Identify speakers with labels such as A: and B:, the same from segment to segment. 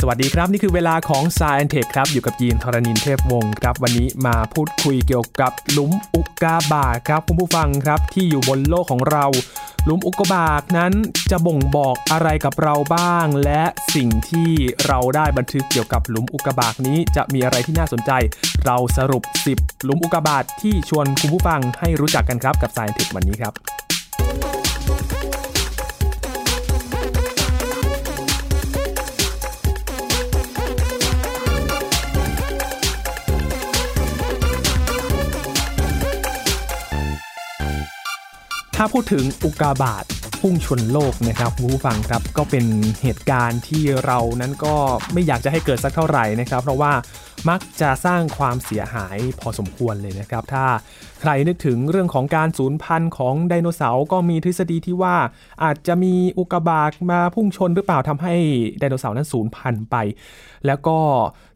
A: สวัสดีครับ นี่คือเวลาของ s ายแอนเทคครับ อยู่กับยีนทรณินเทพวงศ์ครับ วันนี้มาพูดคุยเกี่ยวกับหลุมอุกกาบาตครับคุณผู้ฟังครับที่อยู่บนโลกของเรา หลุมอุกกาบาตนั้นจะบ่งบอกอะไรกับเราบ้าง และสิ่งที่เราได้บันทึกเกี่ยวกับหลุมอุกกาบาตนี้จะมีอะไรที่น่าสนใจ เราสรุป 10 หลุมอุกกาบาตที่ชวนคุณผู้ฟังให้รู้จักกันครับกับ s ายแอนเทควันนี้ครับ ถ้าพูดถึงอุกกาบาตพุ่งชนโลกนะครับคุณผู้ฟังครับก็เป็นเหตุการณ์ที่เรานั้นก็ไม่อยากจะให้เกิดสักเท่าไหร่นะครับ เพราะว่ามักจะสร้างความเสียหายพอสมควรเลยนะครับ ถ้าใครนึกถึงเรื่องของการสูญพันธุ์ของไดโนเสาร์ก็มีทฤษฎีที่ว่า อาจจะมีอุกกาบาตมาพุ่งชนหรือเปล่าทำให้ไดโนเสาร์นั้นสูญพันธุ์ไป แล้วก็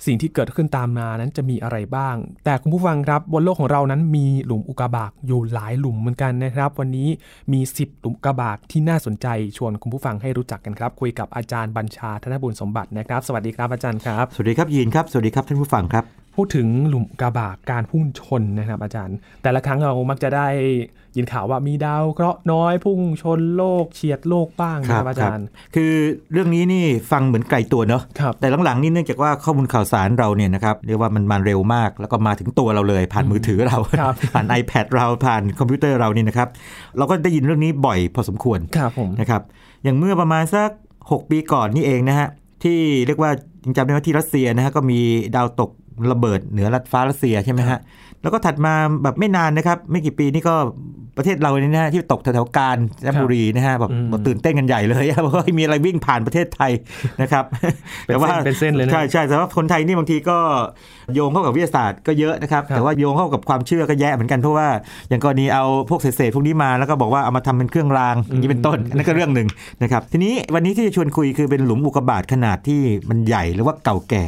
A: สิ่งที่เกิดขึ้นตามมานั้นจะมีอะไรบ้าง แต่คุณผู้ฟังครับบนโลกของเรานั้นมีหลุมอุกกาบาตอยู่หลายหลุมเหมือนกันนะครับ วันนี้มี 10 หลุมอุกกาบาตที่น่าสนใจชวนคุณผู้ฟังให้รู้จักกันครับ คุยกับอาจารย์บัญชาธนบุญสมบัตินะครับ สวัสดีครับอาจารย์ครับ
B: สวัสดีครับยีนครับ สวัสดีครับท่านผู้ฟังครับ
A: พูดถึงหลุมอุกกาบาตการพุ่งชนนะครับ อาจารย์ แต่ละครั้งเรามักจะได้ยินข่าวว่ามีดาวเคราะห์น้อยพุ่งชนโลกเฉียดโลกบ้างนะครับอาจารย์
B: คือเรื่องนี้นี่ฟังเหมือนไกลตัวเนอะ
A: ครับ
B: แต่หลังๆนี่เนื่องจากว่าข้อมูลข่าวสารเราเนี่ยนะครับเรียกว่ามันมาเร็วมาก แล้วก็มาถึงตัวเราเลย ผ่านมือถือเรา
A: ครับ
B: ผ่าน iPad เราผ่านคอมพิวเตอร์เรานี่นะครับ เราก็ได้ยินเรื่องนี้บ่อยพอสมควร
A: ครับผม
B: นะครับ อย่างเมื่อประมาณสัก 6 ปีก่อนนี่เองนะฮะที่เรียกว่ายังจำได้ว่าที่รัสเซียนะฮะก็มีดาวตกระเบิดเหนือรัฐฟ้ารัสเซียใช่ไหมฮะแล้วก็ถัดมาแบบไม่นานนะครับไม่กี่ปีนี่ก็ประเทศเราเนี่ยนะฮะที่ตกแถวๆกาญจนบุรีนะฮะแบบ
A: อืม
B: แบบตื่นเต้นกันใหญ่เลย เพราะว่ามีอะไรวิ่งผ่านประเทศไทยนะครับ
A: เป็นเส้นเป็นเส้นเลยนะ
B: ใช่ใช่แต่ว่าคนไทยนี่บางทีก็โยงเข้ากับวิทยาศาสตร์ก็เยอะนะครับ
A: ครับ
B: แต่ว่าโยงเข้ากับความเชื่อก็แย่เหมือนกันเพราะว่าอย่างกรณีเอาพวกเศษๆพวกนี้มาแล้วก็บอกว่าเอามาทำเป็นเครื่องราง อย่างนี้เป็น ต้นอันนั่นก็เรื่องหนึ่งนะครับทีนี้วันนี้ที่จะชวนคุยคือเป็นหลุมอุกกาบาตขนาดที่มันใหญ่หรือว่าเก่าแก่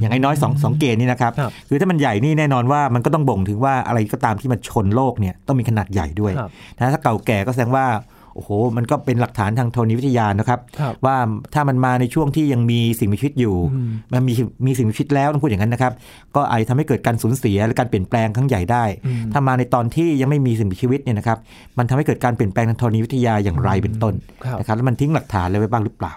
B: อย่างน้อยๆสองสองเกณฑ์นี่นะครับ
A: ครับ
B: คือถ้ามันใหญ่นี่แน่นอนว่ามันก็ต้องบ่งถึงว่าอะไรก็ตามที่มันชนโลกเนี่ยต้องมีขนาดใหญ่ด้วย
A: ครับ
B: นะถ้าเก่าแก่ก็แสดงว่าโอ้โหมันก็เป็นหลักฐานทางธรณีวิทยานะครับ
A: ครับ
B: ว่าถ้ามันมาในช่วงที่ยังมีสิ่งมีชีวิตอยู่
A: อืม
B: มันมีมีสิ่งมีชีวิตแล้วต้องพูดอย่างนั้นนะครับ ก็อาจจะทำให้เกิดการสูญเสียหรือการเปลี่ยนแปลงครั้งใหญ่ได้
A: อืม
B: ถ้ามาในตอนที่ยังไม่มีสิ่งมีชีวิตเนี่ยนะครับ มันทำให้เกิดการเปลี่ยนแปลงทางธรณีวิทยาอย่างไรเป็นต้น
A: ครับ
B: นะครับแล้วมันทิ้งหลักฐานอะไรไว้บ้างหรือเปล่า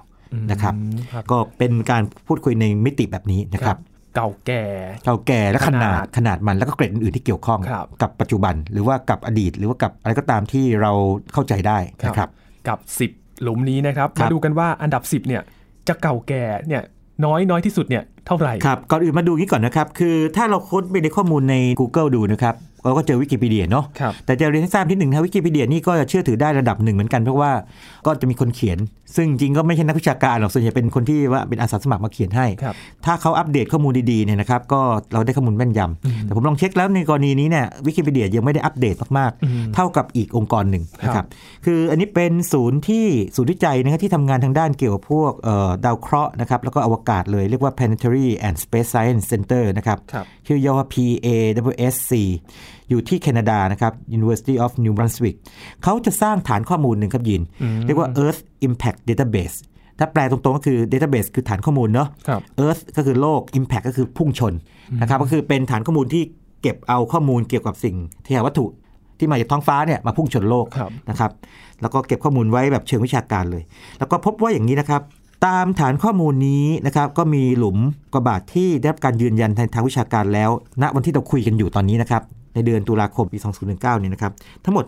B: นะครับ
A: อืมครับ
B: ก็เป็นการพูดคุยในมิติแบบนี้นะครับ
A: เก่าแก่
B: เก่าแก่และ
A: ข
B: ข
A: นา
B: นา
A: ด
B: ดขนาดมันแล้วก็เกรดอื่นๆที่เกี่ยวข้อง
A: ครับ
B: กับปัจจุบันหรือว่ากับอดีต หรือว่ากับอะไรก็ตามที่เราเข้าใจได้
A: ครับ
B: นะครับ
A: กับ 10 หลุมนี้นะครับ
B: ครั
A: มา
B: บ
A: ดูกันว่าอันดับ 10เนี่ยจะเก่าแก่เนี่ยน้อยน้อยที่สุดเนี่ยเท่าไหร่
B: ครับก่อนอื่นมาดูอย่างนี้ก่อนนะครับ คือถ้าเราค้นไปในข้อมูลใน Google ดูนะครับเราก็เจอวิกิพีเดียเนาะ
A: ครับ
B: แต่จะเรียนให้ทราบที่หนึ่งนะวิกิพีเดียนี่ก็เชื่อถือได้ระดับหนึ่งเหมือนกันเพราะว่าก็จะมีคนเขียน ซึ่งจริงก็ไม่ใช่นักวิชาการหรอกส่วนใหญ่เป็นคนที่ว่าเป็นอาสาสมัครมาเขียนให้
A: ครับ
B: ถ้าเขาอัปเดตข้อมูลดีๆเนี่ยนะครับก็เราได้ข้อมูลแม่นยำ
A: อืม
B: แต่ผมลองเช็คแล้วในกรณีนี้เนี่ยวิกิพีเดียยังไม่ได้อัปเดตมาก
A: อืม
B: ๆ เท่ากับอีกองค์กรหนึ่งนะ
A: ค
B: ค
A: รั
B: รับ บคืออันนี้เป็นศูนย์ที่ศูนย์วิจัยนะครับที่ทำงานทางด้านเกี่ยวกับพวกเอ่อดาวเคราะห์นะครับแล้วก็อวกาศเลยเรียกว่า Planetary and Space Science Center นะครับ
A: ครับ
B: ชื่อย่อว่า PAWSC อยู่ที่แคนาดานะครับ University of New Brunswick เขาจะสร้างฐานข้อมูลหนึ่งครับยิน
A: อืม
B: เรียกว่า Earth Impact Database ถ้าแปลตรงๆก็คือ database คือฐานข้อมูลเนาะ
A: ครับ
B: Earth ก็คือโลก Impact ก็คือพุ่งชนนะครับก็คือเป็นฐานข้อมูลที่เก็บเอาข้อมูลเกี่ยวกับสิ่งที่หาวัตถุที่มาจากท้องฟ้าเนี่ยมาพุ่งชนโลก
A: ครับ
B: นะครับแล้วก็เก็บข้อมูลไว้แบบเชิงวิชาการเลย แล้วก็พบว่าอย่างนี้นะครับ ตามฐานข้อมูลนี้นะครับก็มีหลุมกระบาดที่ได้รับการยืนยันทางทางวิชาการแล้ว ณวันที่เราคุยกันอยู่ตอนนี้นะครับในเดือนตุลาคมปี 2019เนี่ยนะครับทั้งหมด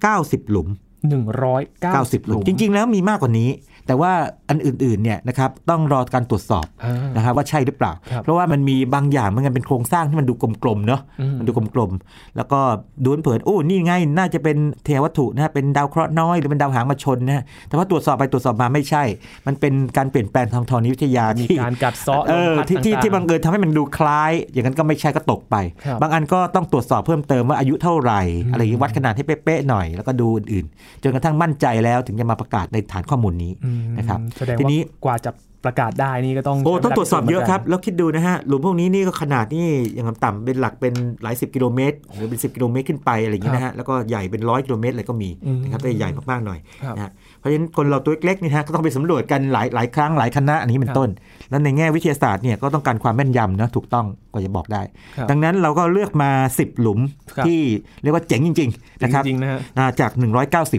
B: 190 หลุม
A: 190
B: 90
A: ห
B: ห
A: ลุ
B: ลุ
A: ม
B: ม จริง ๆ แล้วมีมากกว่านี้ แต่ว่าอันอื่นๆเนี่ยนะครับต้องรอการตรวจสอบ
A: อ่า
B: นะครับว่าใช่หรือเปล่า
A: ครับ
B: เพราะว่ามันมีบางอย่างมันเป็นโครงสร้างที่มันดูกลมๆเนาะ
A: อืม
B: มันดูกลมๆแล้วก็ดูเผินๆโอ้นี่ไงน่าจะเป็นเทวัตถุนะฮะเป็นดาวเคราะห์น้อยหรือเป็นดาวหางมาชนนะฮะแต่ว่าตรวจสอบไปตรวจสอบมาไม่ใช่ มันเป็นการเปลี่ยนแปลงทางธรณีวิทยา
A: มี
B: ที่
A: การกัดเซาะ
B: เออ
A: ลมพัด
B: ที่ที่
A: ต่างๆ
B: ที่บังเอิญทำให้มันดูคล้าย อย่างนั้นก็ไม่ใช่ก็ตกไป
A: ครับ
B: งอันก็ต้องตรวจสอบเพิ่มเติมว่าอายุเท่าไหร่อะไรอย่างนี้วัดขนาดให้เป๊ะๆหน่อยแล้วก็ดูอื่นๆจนกระทั่งมั่นใจแล้วถึงจะมาประกาศในฐานข้อมูลนี้
A: อืม
B: นะครับ
A: แสดง
B: ที
A: ว่า
B: นี้
A: กว่าจะ ประกาศได้นี่ก็ต้อง
B: โอ้
A: ใช้
B: ต้องตรวจสอบเยอะครับ
A: วลาพิสูจนหมืนก
B: แล้วคิดดูนะฮะ หลุมพวกนี้นี่ก็ขนาดนี่อย่างต่ำเป็นหลักเป็นหลายสิบกิโลเมตร หรือเป็นสิบกิโลเมตรขึ้นไปอะไรอย่างนี้นะฮะ แล้วก็ใหญ่เป็นร้อยกิโลเมตรอะไรก็มีนะครับแต่ใหญ่มากๆหน่อย
A: ัครับ
B: นะฮะเพราะฉะนั้นคนเราตัวเล็กๆนี่ฮะก็ต้องไปสำรวจกันหลายหลายครั้งหลายคณะอันนี้
A: คน
B: เป็
A: รับ
B: ต้น แล้วในแง่วิทยาศาสตร์เนี่ยก็ต้องการความแม่นยำนะถูกต้องกว่าจะบอกได้
A: ครับ
B: ดังนั้นเราก็เลือกมา 10 หลุม
A: ครับ
B: ที่เรียกว่าเจ๋งจริง ๆ นะครับ
A: จริงๆนะฮะ
B: อ่าจาก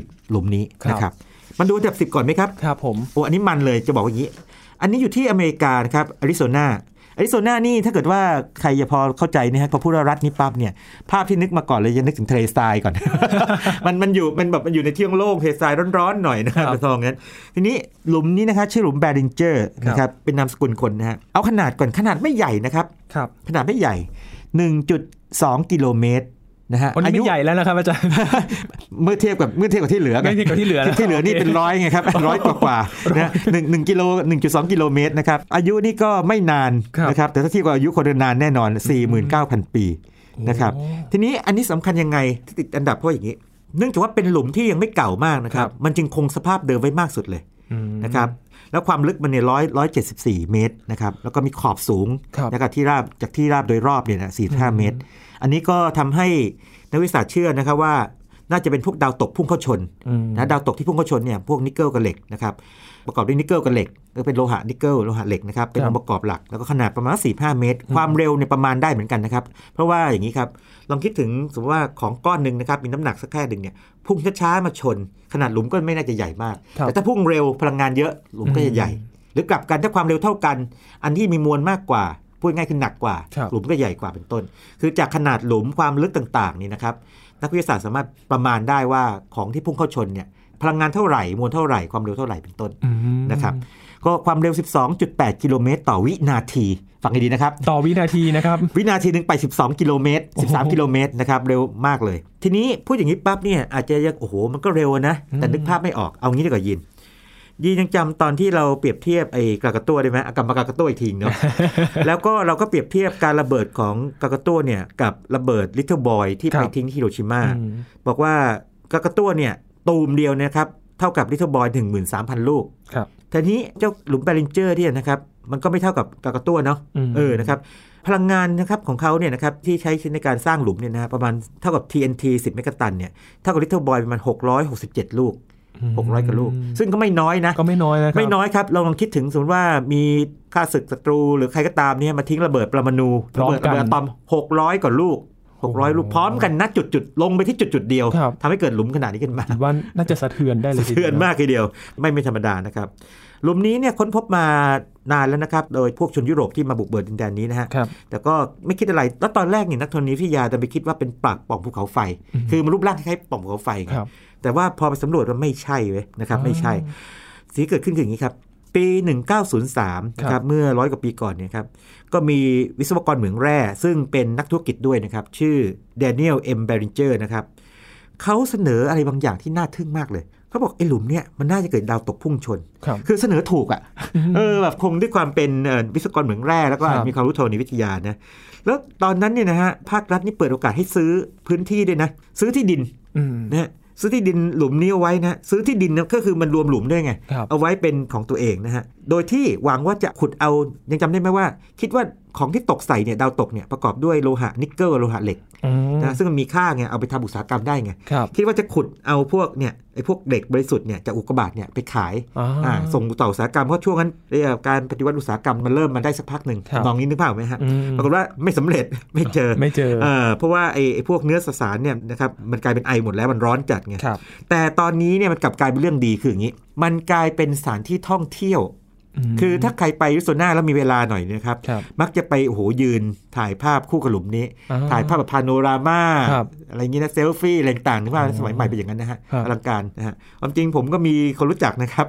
B: 190 หลุมนี้
A: ครับ
B: นะครับมันดูอันดับ 10 ก่อนไหมครับ
A: ครับผม
B: โอ้อันนี้มันเลยจะบอกว่าอย่างนี้ อันนี้อยู่ที่อเมริกานะครับอาริโซนาอาริโซนานี่ถ้าเกิดว่าใครจะพอเข้าใจนะฮะพอพูดว่ารัฐนี้ปั๊บเนี่ย ภาพที่นึกมาก่อนเลยจะนึกถึงทะเลทรายก่อน มันมันอยู่มันแบบมันอยู่ในที่โล่งๆทะเลทรายร้อนๆหน่อยนะครับเป็นทองนั้น ทีนี้หลุมนี้นะคะชื่อหลุมแบริงเจอร์นะครับเป็นนามสกุลคนนะฮะเอาขนาดก่อนขนาดไม่ใหญ่นะครับ
A: ครับ
B: ขนาดไม่ใหญ่ 1.2 กิโลเมตรนะฮะ
A: อันนี้
B: อายุ
A: ไม่ใหญ่แล้วนะครับอาจารย์
B: เมื่อเทียบกับเมื่อเทียบกับที่เหลือ
A: ไม่ใช่กับที่เหลือนะ
B: ที่เหลือนี่
A: โค
B: เป็นร้อยไงครับ ร้อยกว่ากว่าๆนะหนึ่งหนึ่งกิโลหนึ่งจุดสองกิโลเมตรนะครับ อายุนี่ก็ไม่นาน
A: ครับ
B: นะครับ แต่ถ้าเทียบกับอายุคนนานแน่นอน 49,000 ปีนะครับ
A: โอ้
B: ทีนี้อันนี้สำคัญยังไงที่ติดอันดับเพราะอย่างนี้ เนื่องจากว่าเป็นหลุมที่ยังไม่เก่ามากนะครับ
A: ครับ
B: มันจึงคงสภาพเดิมไว้มากสุดเลย
A: อืม
B: นะครับ แล้วความลึกมันเนี่ยร้อยร้อยเจ็ดสิบสี่เมตรนะครับ แล้วก็มีขอบสูง
A: ครับ
B: นะครับที่ราบจากที่ราบโดยรอบเนี่ยนะสี่ห้าเมตร อันนี้ก็ทำให้นักวิทยาศาสตร์เชื่อนะครับว่าน่าจะเป็นพวกดาวตกพุ่งเข้าชน
A: อืม
B: นะดาวตกที่พุ่งเข้าชนเนี่ยพวกนิกเกิลกับเหล็กนะครับประกอบด้วยนิกเกิลกับเหล็กก็เป็นโลหะนิกเกิลโลหะเหล็กนะครับเป็น
A: ครับ
B: องค์ประกอบหลักแล้วก็ขนาดประมาณ 45 เมตร ความเร็วเนี่ยประมาณได้เหมือนกันนะครับ เพราะว่าอย่างนี้ครับ ลองคิดถึงสมมติว่าของก้อนหนึ่งนะครับมีน้ำหนักสักแค่หนึ่งเนี่ยพุ่งช้าๆมาชน ขนาดหลุมก็ไม่น่าจะใหญ่มาก
A: ครับ
B: แต่ถ้าพุ่งเร็วพลังงานเยอะหลุมก็จะใหญ่ หรือกลับกันถ้าความเร็วเท่ากัน อันที่มีมวลมากกว่าพูดง่ายคือหนักกว่า
A: ครับ
B: หลุมก็ใหญ่กว่าเป็นต้น คือจากขนาดหลุมความลึกต่างๆนี่นะครับนักวิทยาศาสตร์สามารถประมาณได้ว่าของที่พุ่งเข้าชนเนี่ยพลังงานเท่าไหร่มวลเท่าไหร่ความเร็วเท่าไหร่เป็นต้น
A: อืม
B: นะครับก็ความเร็ว 12.8 กิโลเมตรต่อวินาที ฟังให้ดีนะครับ
A: ต่อวินาทีนะครับ
B: วินาทีหนึ่งไป 12 กิโลเมตร
A: โอ้โห
B: 13 กิโลเมตรนะครับ เร็วมากเลย ทีนี้พูดอย่างนี้ปั๊บเนี่ยอาจจะยังโอ้โห มันก็เร็วนะ แต่นึกภาพไม่ออกเอางี้ดีกว่ายิน ยีนยังจำตอนที่เราเปรียบเทียบไอ้กากาตัวได้ไหมอากรรมากากาตัวอีกที เนาะ แล้วก็เราก็เปรียบเทียบการระเบิดของกากาตัวเนี่ยกับระเบิดลิ t เ l e b บอยที่ไป
A: ครับ
B: ทิ้งที่ฮิโรชิมา
A: อืม
B: บอกว่ากากาตัวเนี่ยตูมเดียวเนะครับเท่ากับลิ t เ l e b บอยหนึ่งหมื่นสามพันลูก
A: ครับ
B: ทีนี้เจ้าหลุมแบริงเจอร์เนี่ยนะครับมันก็ไม่เท่ากับกากาตัวเนาะ
A: อืม
B: เออนะครับพลังงานนะครับของเขาเนี่ยนะครับที่ใช้ในการสร้างหลุมเนี่ยนะฮะประมาณเท่ากับ TNT 10 เมกะตันเนี่ยเท่ากับลิ t เ l e b บอยประมาณ667 ลูก 600กว่าลูก ซึ่งก็ไม่น้อยนะ
A: ก็ไม่น้อยนะครับ
B: ไม่น้อยครับ เราลองคิดถึงสมมติว่ามีข้าศึกศัตรูหรือใครก็ตามเนี่ยมาทิ้งระเบิดปรมาณู
A: พร้
B: ระ
A: อม
B: เบิด
A: กั
B: ระ
A: น
B: เบิดอะตอม 600 กว่าลูก 600 ลูกพร้อมกันนะจุดจุดๆลงไปที่จุดจุดๆเดียว
A: ครับ
B: ทำให้เกิดหลุมขนาดนี้ขึ้นมา
A: ถือว่าน่าจะสะเทือนได้เลยทีดียว
B: เถื่อนมากทีเดียวไม่ไม่ธรรมดานะครับหลุมนี้เนี่ยค้นพบมานานแล้วนะครับ โดยพวกชนยุโรปที่มาบุกเบิกดินแดนนี้นะฮะ
A: ครับ
B: แต่ก็ไม่คิดอะไรแล้วตอนแรกเนี่ยนักธรณีวิทยาจะไปคิดว่าเป็นปลักปล่องภูเขาไฟ คือมันรูปร่างคล้ายๆปล่องภูเขาไฟไง
A: ครับ
B: แต่ว่าพอไปสำรวจมันไม่ใช่เว้ยนะครับ
A: อ๋อ
B: ไม่ใช่สีเกิดขึ้นคืออย่างนี้ครับ ปี 1903นะค
A: ครั
B: รับบ เมื่อร้อยกว่าปีก่อนเนี่ยครับก็มีวิศวกรเหมืองแร่ซึ่งเป็นนักธุรกิจด้วยนะครับชื่อเดนิเอลเอ็มเบริงเจอร์นะครับ เขาเสนออะไรบางอย่างที่น่าทึ่งมากเลย เขาบอกไอ้หลุมเนี่ยมันน่าจะเกิดดาวตกพุ่งชน
A: ครับ
B: คือเสนอถูกอะ่ะ เออแบบคงด้วยความเป็นเอ่อวิศวกรเหมืองแร่แล้วก็
A: ครับ
B: มีความรู้ทางนิวิทยานะ แล้วตอนนั้นเนี่ยนะฮะภาครัฐนี่เปิดโอกาสให้ซื้อพื้นที่ด้วยนะ ซื้อที่ดินนะฮะซื้อที่ดินหลุมนี้เอาไว้นะซื้อที่ดินนะก็คือมันรวมหลุมด้วยไง
A: ครับ
B: เอาไว้เป็นของตัวเองนะฮะ โดยที่หวังว่าจะขุดเอายังจำได้ไหมว่า คิดว่าของที่ตกใส่เนี่ยดาวตกเนี่ยประกอบด้วยโลหะนิกเกิลโลหะเหล็ก
A: อืม
B: นะซึ่งมันมีค่าไงเอาไปทำอุตสาหกรรมได้ไง
A: ครับ
B: คิดว่าจะขุดเอาพวกเนี่ยไอ้พวกเด็กบริสุทธิ์เนี่ยจากอุกกาบาตเนี่ยไปขาย
A: อ่า
B: อ่าส่งต่ออุตสาหกรรมเพราะช่วงนั้นเอ่อการปฏิวัติอุตสาหกรรมมันเริ่มมาได้สักพักหนึ่ง
A: ครับ
B: มองนี้นึกภาพออกไหมฮะ
A: อืม
B: ปรากฏว่าไม่สำเร็จ ไม่เจอ
A: ไม่เจอ
B: เออเพราะว่าไอ้ไอ้พวกเนื้อสสารเนี่ยนะครับมันกลายเป็นไอหมดแล้วมันร้อนจัดไง
A: ครับ
B: แต่ตอนนี้เนี่ยมันกลับกลายเป็นเรื่องดีคืออย่างนี้ มันกลายเป็นสถานที่ท่องเที่ยว
A: ม
B: คือถ้าใครไปริโซนาแล้วมีเวลาหน่อยเนะครับ
A: ครับ
B: มักจะไปโอ้โหยืนถ่ายภาพคู่กับหลุมนี้
A: อ่า
B: ถ่ายภาพแบบพาโนรามา
A: ครับ
B: อะไรอย่างนี้นะเซลฟี่อะไรต่างๆที่ว่าสมัยใหม่เป็นอย่างนั้นนะฮะ
A: ครับ
B: อลังการนะฮะความจริงผมก็มีคนรู้จักนะครับ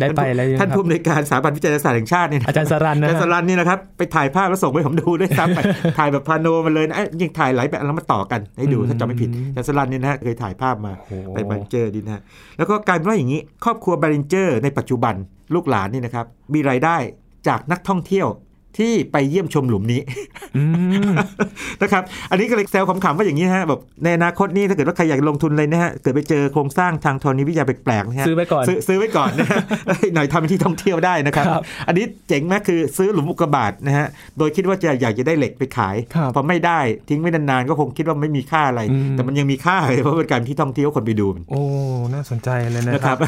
A: ได้ไปแล้วยัง
B: ท่าน
A: ครับ
B: ผู้อำนวยการสถาบันวิจัยศาสตร์แห่งชาติเนี่ยนะ
A: อาจารย์สรันนะ
B: แต่
A: ฮะ
B: สรันนี่นะครับไปถ่ายภาพแล้วส่งไปให้ผมดูด้วย ซ้ำไป ถ่ายแบบพาโนมาเลยนะเอ้ยยิงถ่ายหลายแบบแล้วมาต่อกันให้ดู
A: อืม
B: ถ้าจำไม่ผิดแต่สรันนี่นะฮะเคยถ่ายภาพมา
A: โอ้โห
B: ไปบาริงเจอร์ดินะฮะแล้วก็กลายเป็นว่าอย่างนี้ ครอบครัวบาริงเจอร์ในปัจจุบันลูกหลานนี่นะครับมีรายได้จากนักท่องเที่ยว ที่ไปเยี่ยมชมหลุมนี้
A: อืม
B: นะครับ อันนี้ก็เลยแซวขำๆว่าอย่างนี้ฮะแบบในอนาคตนี่ถ้าเกิดว่าใครอยากลงทุนเลยนะฮะ เกิดไปเจอโครงสร้างทางธรณีวิทยาแปลกๆนะฮะ
A: ซื้อไว้ก่อน
B: ซื้อซื้อไว้ก่อน นะฮะ หน่อยทำเป็นที่ท่องเที่ยวได้นะครับ
A: ครับ
B: อันนี้เจ๋งมากคือซื้อหลุมอุกกาบาตนะฮะ โดยคิดว่าจะอยากจะได้เหล็กไปขาย
A: ครับ
B: พอไม่ได้ทิ้งไว้นานๆก็คงคิดว่าไม่มีค่าอะไร
A: อืม
B: แต่มันยังมีค่าเลยเพราะเป็นการที่ท่องเที่ยวคนไปดูมัน
A: โอ้ น่าสนใจเลยนะ
B: นะ
A: ค
B: ค
A: รั
B: รับ บ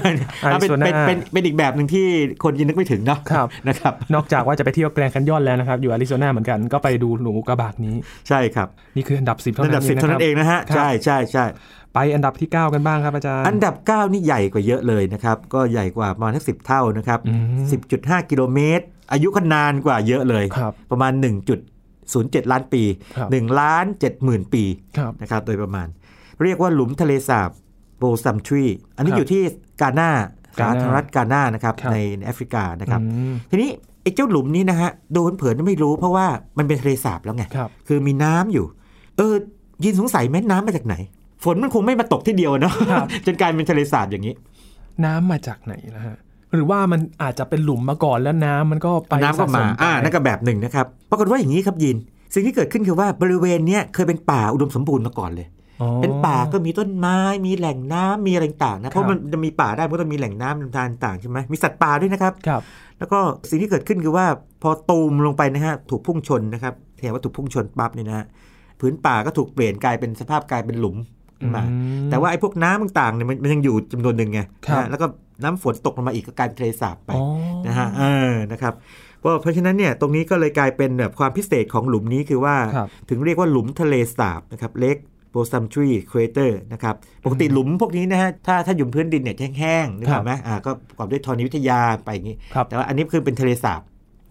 B: เอาเป็นเป็นเป็นเป็นอีกแบบหนึ่งที่คนยังนึกไม่ถึงเนาะ
A: ครับ
B: นะครับ
A: นอกจากว่าจะไปเที่ยวแกรนด์แคนยอนแล้วนะครับ อยู่อาริโซนาเหมือนกันก็ไปดูหลุมอุกกาบาตนี้
B: ใช่ครับ
A: นี่คืออันดับ 10 เท่านั้
B: อั
A: น
B: นดับสิบเท่านั้นเอง
A: ะครั
B: นะฮะ
A: ครับ
B: ใช่ใช่ใช่
A: ไปอันดับที่ 9 กันบ้างครับอาจารย์
B: อันดับ 9 นี่ใหญ่กว่าเยอะเลยนะครับ ก็ใหญ่กว่าประมาณทักสิเท่านะครับ
A: อืม
B: 10.5 กิโลเมตร อายุก็นานกว่าเยอะเลย
A: ครับ
B: ประมาณ 1.07 ล้านปี
A: ครับ
B: 1ล้าน7 0,000 ปี
A: ครับ
B: นะครับโดยประมาณ เรียกว่าหลุมทะเลสาบโบซัมทรีอันนี้
A: ครับ
B: อยู่ที่กาหน้าก
A: า
B: สา
A: น่า
B: ธารณรัฐกาหน้านะครับ
A: ครับ
B: ในแอฟริกานะครับ
A: อืม
B: ทีนี้ไอ้เจ้าหลุมนี้นะฮะโดนเผินๆไม่รู้เพราะว่ามันเป็นทะเลสาบแล้วไง
A: ครับ
B: คือมีน้ำอยู่ เออ ยินสงสัยแม่น้ำมาจากไหน ฝนมันคงไม่มาตกที่เดียวเนาะ จนกลายเป็นทะเลสาบอย่างนี้
A: น้ำมาจากไหนนะฮะ หรือว่ามันอาจจะเป็นหลุมมาก่อนแล้วน้ำมันก็ไป
B: น้ำก็
A: สะส
B: มา
A: ไป
B: อ่า นั่นก็แบบหนึ่งนะครับ ปรากฏว่าอย่างนี้ครับยิน สิ่งที่เกิดขึ้นคือว่าบริเวณเนี้ยเคยเป็นป่าอุดมสมบูรณ์มาก่อนเลย
A: อ๋อ
B: เป็นป่าก็มีต้นไม้ มีแหล่งน้ำมีอะไรต่างๆนะ
A: ค
B: เพ
A: รั
B: ราะ
A: บ
B: มันจะมีป่าได้มันก็ต้องมีแหล่งน้ำลำธารต่างๆใช่ไหมมีสัตว์ป่าด้วยนะครับ
A: ครับ
B: แล้วก็สิ่งที่เกิดขึ้นคือว่าพอตูมลงไปนะฮะถูกพุ่งชนนะครับแทนว่าถูกพุ่งชนปั๊บเนี่ยนะฮะพื้นป่าก็ถูกเปลี่ยนกลายเป็นสภาพกลายเป็นหลุมขึ้นมา
A: อืม
B: แต่ว่าไอ้พวกน้ำต่างๆเนี่ยมันมันยังอยู่จำนวนหนึ่งไง
A: ครับ
B: นะฮะแล้วก็น้ำฝนตกลงมาอีกก็กลายเป็นทะเลสาบไป
A: อ๋อ
B: นะฮะเออนะครับก็เพราะฉะนั้นเนี่ยตรงนี้ก็เลยกลายเป็นแบบความพิเศษของหลุมนี้คือว่า
A: ครับ
B: ถึงเรียกว่าหลุมทะเลสาบนะครับเล็กโบซัมทรีค r ีเตอร์นะครับปกติหลุมพวกนี้นะฮะถ้าถ้าหยุมพื้นดินเนี่ยจะแห้งๆนึกออกไหมอ่าก็ประกอบด้วยธรณีวิทยาไปอย่างนี้
A: ครับ
B: แต่ว่าอันนี้คือเป็นทะเลสาบ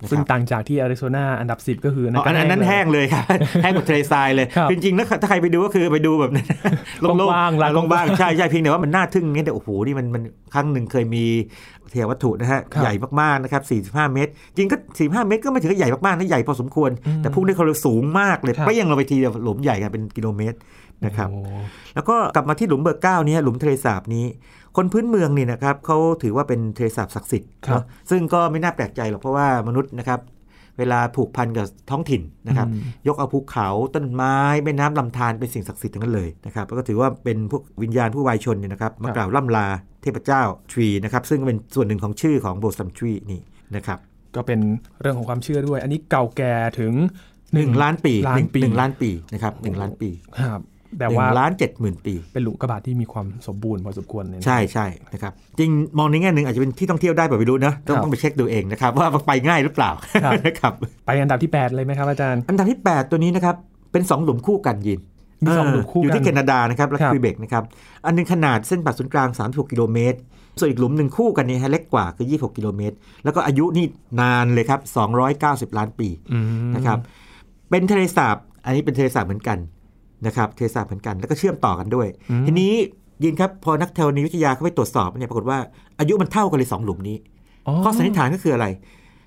B: นะครับ
A: ซึ่งต่างจากที่อาริโซนาอันดับ 10 ก็คือ
B: อ๋ออันอันนั้น
A: เลย
B: แห้งเลยครับ แห้งกว่าทะเลทรายเลย
A: ครับ
B: จริงๆแล้วถ้าใครไปดูก็คือไปดูแบบ นั้นโล่ง
A: กว้างๆลาน
B: ลงบ้างๆใช่ใช่เพียงแต่ว่ามันน่าทึ่งอย่างเงี้ยแต่โอ้โหนี่มันมันครั้งหนึ่งเคยมีเทียวัตถุนะฮะ
A: ครับ
B: ใหญ่มากๆนะครับ45 เมตร จริงก็ 45 เมตรก็ไม่ถือว่าใหญ่มากๆนะใหญ่พอสมควร
A: อืม
B: แต่พุ่งด้วยความเร็วสูงมากเลย
A: ครับ
B: เปรี้ยงลงไปทีเดียวหลุมใหญ่กันเป็นกิโลเมตรนะครับ
A: โอ้
B: แล้วก็กลับมาที่หลุมเบอร์เก้าเนี่ยหลุมทะเลสาบนี้ คนพื้นเมืองนี่นะครับเขาถือว่าเป็นทะเลสาบศักดิ์สิทธิ์
A: ครับ
B: เนอะซึ่งก็ไม่น่าแปลกใจหรอกเพราะว่ามนุษย์นะครับ เวลาผูกพันกับท้องถิ่นนะครับ
A: อืม
B: ยกเอาภูเขาต้นไม้แม่น้ำลำธารเป็นสิ่งศักดิ์สิทธิ์ทั้งนั้นเลยนะครับแล้วก็ถือว่าเป็นพวกวิญญาณผู้วายชนเนี่ยนะครับ
A: ค
B: มา
A: รับ
B: กล่าวล่ำลาเทพเจ้าทรีนะครับซึ่งเป็นส่วนหนึ่งของชื่อของโบสัมทรีนี่นะครับ
A: ก็เป็นเรื่องของความเชื่อด้วย อันนี้เก่าแก่ถึง
B: หนึ่งล้านปี
A: ล้านปี
B: หนึ่งล้านปีนะครับหนึ่งล้านปี
A: ครับ
B: ห
A: แต่
B: นึ่
A: ว่าง
B: ล้านเจ็ดหมื่นปี
A: เป็นหลุมอุกกาบาตที่มีความสมบูรณ์พอสมควรเลยนะ
B: ใช่ใช่นะครับจริงมองในแง่หนึ่งอาจจะเป็นที่ท่องเที่ยวได้แบบไม่รู้นะต้อง
A: ครับ
B: ต้องไปเช็คดูเองนะครับ ว่าไปง่ายหรือเปล่า
A: ครับ
B: นะครับ
A: ไปอันดับที่ 8 เลยไหมครับอาจารย์
B: อันดับที่ 8 ตัวนี้นะครับเป็น 2 หลุมคู่กันยิน
A: มีสองหลุมคู่กัน
B: อยู่ที่แคนาดานะครับและ
A: ครับ
B: ควิเบกนะครับอันหนึงขนาดเส้นผ่าศูนย์กลาง 36 กิโลเมตร ส่วนอีกหลุมหนึ่งคู่กันเนี่ยฮะเล็กกว่าคือ 26 กิโลเมตร แล้วก็อายุนี่นานเลยครับ 290 ล้านปี
A: อืม
B: นะครับเป็นทะเลสาบอันนี้เป็นทะเลสาบเหมือนกันนะครับทะเลสาบเหมือนกันแล้วก็เชื่อมต่อกันด้วย
A: อืม
B: ทีนี้ยินครับพอนักธรณีวิทยาเข้าไปตรวจสอบเนี่ยปรากฏว่าอายุมันเท่ากันเลยสองหลุมนี้ ข้อสันนิษฐานก็คืออะไร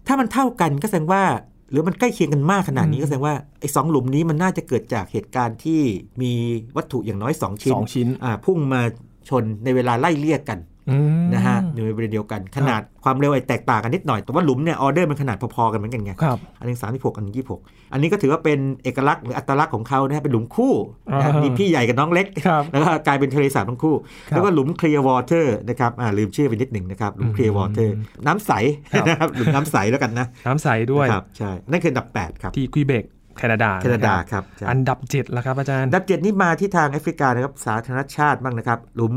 B: ถ้ามันเท่ากันก็แสดงว่า หรือมันใกล้เคียงกันมากขนาดนี้ก็แสดงว่าไอ้สองหลุมนี้มันน่าจะเกิดจากเหตุการณ์ที่มีวัตถุอย่างน้อยสองชิ้น
A: สองชิ้น
B: อ่าพุ่งมาชนในเวลาไล่เลี่ยกัน
A: อืม
B: นะฮะอยู่ในบริเวณเดียวกัน ข
A: ครับ
B: นาดความเร็วไอ้แตกต่างกันนิดหน่อยแต่ว่าหลุมเนี่ยออเดอร์มันขนาดพอๆกันเหมือนกันไง
A: ครับ
B: อันหนึงสามสิบหกอันหนึงยี่หกอันนี้ก็ถือว่าเป็นเอกลักษณ์หรืออัตลักษณ์ของเขานะฮะเป็นหลุมคู่นะฮะ
A: อ่ามี
B: มีพี่ใหญ่กับน้องเล็ก
A: ครับ
B: แล้วก็กลายเป็นทะเลสาบทั้งคู่
A: ครับ
B: แล้วก็หลุมเคลียร์วอเตอร์นะครับอ่าลืมชื่อไปนิดหนึ่งนะครับ หลุมเคลียร์วอเตอร์ น้ำใส
A: ครับ
B: นะครับหลุมน้ำใสแล้วกันนะ
A: น้ำใสด้วย
B: ครับใช่นั่นคืออันดับ 8 ครับ
A: ที่ควิเบกแคนาดา
B: แคนาดา
A: ะ
B: ครับใช่
A: อันดับ7แล้วครับอาจารย์
B: อันดับเจ็ดนี่มาที่ทางแอฟริกานะครับสาธารณชาติบ้างนะครับ หลุม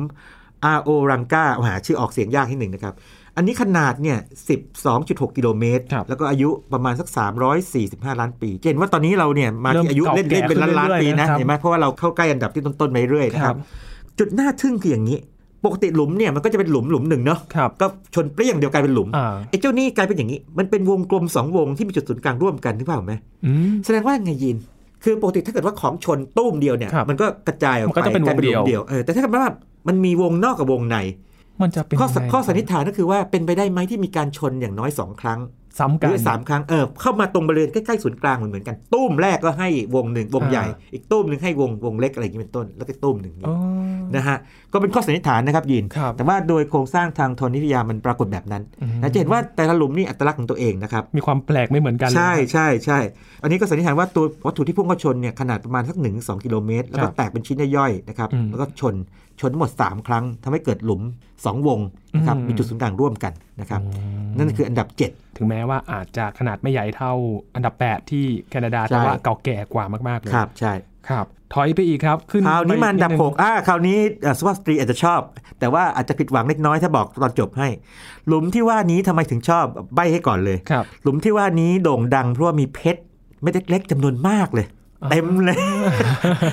B: อาโอรังกาหาชื่อออกเสียงยากที่หนึ่งนะครับอันนี้ขนาดเนี่ย12.6 กิโลเมตร
A: ครับ
B: แล้วก็อายุประมาณสัก 345 ล้านปีจะเห็นว่าตอนนี้เราเนี่ยมาที่อายุเล่นเล่นเป็นล้านล้านๆปีนะเห็นไหมเพราะว่าเราเข้าใกล้อันดับที่ต้นๆไปเรื่อยนะครับ จุดน่าทึ่งคืออย่างนี้ ปกติหลุมเนี่ยมันก็จะเป็นหลุมหลุมหนึ่งเนาะ
A: ครับ
B: ก็ชนเปรี้ยงเดียวกลายเป็นหลุม
A: อ่า
B: ไอ้เจ้านี่กลายเป็นอย่างนี้ มันเป็นวงกลมสองวงที่มีจุดศูนย์กลางร่วมกันหรือเปล่าไหม
A: อืม
B: แสดงว่าไงยิน คือปกติถ้าเกิดว่าของชนตุ้มเดียวเนี่ย
A: ครับ
B: มันก็กระจายออก
A: มัน
B: ไป
A: ก็จะเป็นวงเดียว
B: กลาหลุมเดียวเออแต่ถ้าเกิดว่ามันมีวงนอกกับวงใน
A: มันจะเป็น
B: ข้อส
A: ยังไง
B: ข้อสันนิษฐานก็คือว่าเป็นไปได้ไหมที่มีการชนอย่างน้อยสองครั้ง
A: ซ้ำ
B: ห
A: กั
B: รื
A: น
B: อสามครั้งเออเข้ามาตรงบริเวณใกล้ๆศูนย์กลางเหมือนกันตุ้มแรกก็ให้วงหนึ่งวงใหญ่
A: อ่
B: อีกตุ้มหนึ่งให้วงวงเล็กอะไรอย่างนี้เป็นต้น แล้วก็ตุ้มหนึ่ง
A: อ๋อ
B: นะฮะก็เป็นข้อสันนิษฐานนะครับยิน
A: ครับ
B: แต่ว่าโดยโครงสร้างทางธรณีวิทยามันปรากฏแบบนั้น
A: อืม
B: นะจะเห็นว่าแต่ละหลุมนี่อัตลักษณ์ของตัวเองนะครับ
A: มีความแปลกไม่เหมือนกัน
B: ใช่
A: เลย
B: ใช่ใช่ อันนี้ก็สันนิษฐานว่าตัววัตถุที่พุ่งเข้าชนเนี่ยขนาดประมาณสักหนึ่งสองกิโลเมตร แล้ว
A: ค
B: ก็
A: รับ
B: แตกเป็นชิ้นย่อยๆนะครับ
A: อืม
B: แล้วก็ชนชนทั้งหมด 3 ครั้งทำให้เกิดหลุม 2 วงนะครับ
A: อืม
B: มีจุดศูนย์กลางร่วมกันนะครับ
A: อืม
B: นั่นคืออันดับ
A: ถึงแม้ว่าอาจจะขนาดไม่ใหญ่เท่าอันดับ 8 ที่แคนาดา
B: ใช่
A: แต่ว่าเก่าแก่กว่ามาก ๆ เล
B: 7
A: ย
B: ครับ ใช่
A: ครับ ถอยไปอีกครับ ขึ้น
B: คราวนี้
A: ไป
B: มันอันดับ
A: ดง
B: หกอ่าคราวนี้เอ่อสุภาพสตรีอาจจะชอบ แต่ว่าอาจจะผิดหวังเล็กน้อยถ้าบอกตอนจบให้ หลุมที่ว่านี้ทำไมถึงชอบใบให้ก่อนเลย
A: ครับ
B: หลุมที่ว่านี้โด่งดังเพราะว่ามีเพชรเม็ดเล็กๆจำนวนมากเลย
A: อ่า
B: เต็มเลย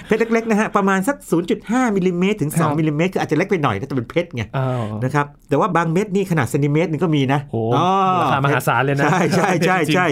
B: เพชรเล็กๆนะฮะประมาณสัก 0.5มิลลิเมตรถึง
A: ครับ
B: 2มิลลิเมตรคืออาจจะเล็กไปหน่อยนะแต่เป็นเพชรไง
A: อ้าว
B: นะครับแต่ว่าบางเม็ดนี่ขนาดเซนติเมตรหนึงก็มีนะ
A: โอ้โหราคามหาศาลเลยนะ
B: ใช่ใช่ ใช่ใช่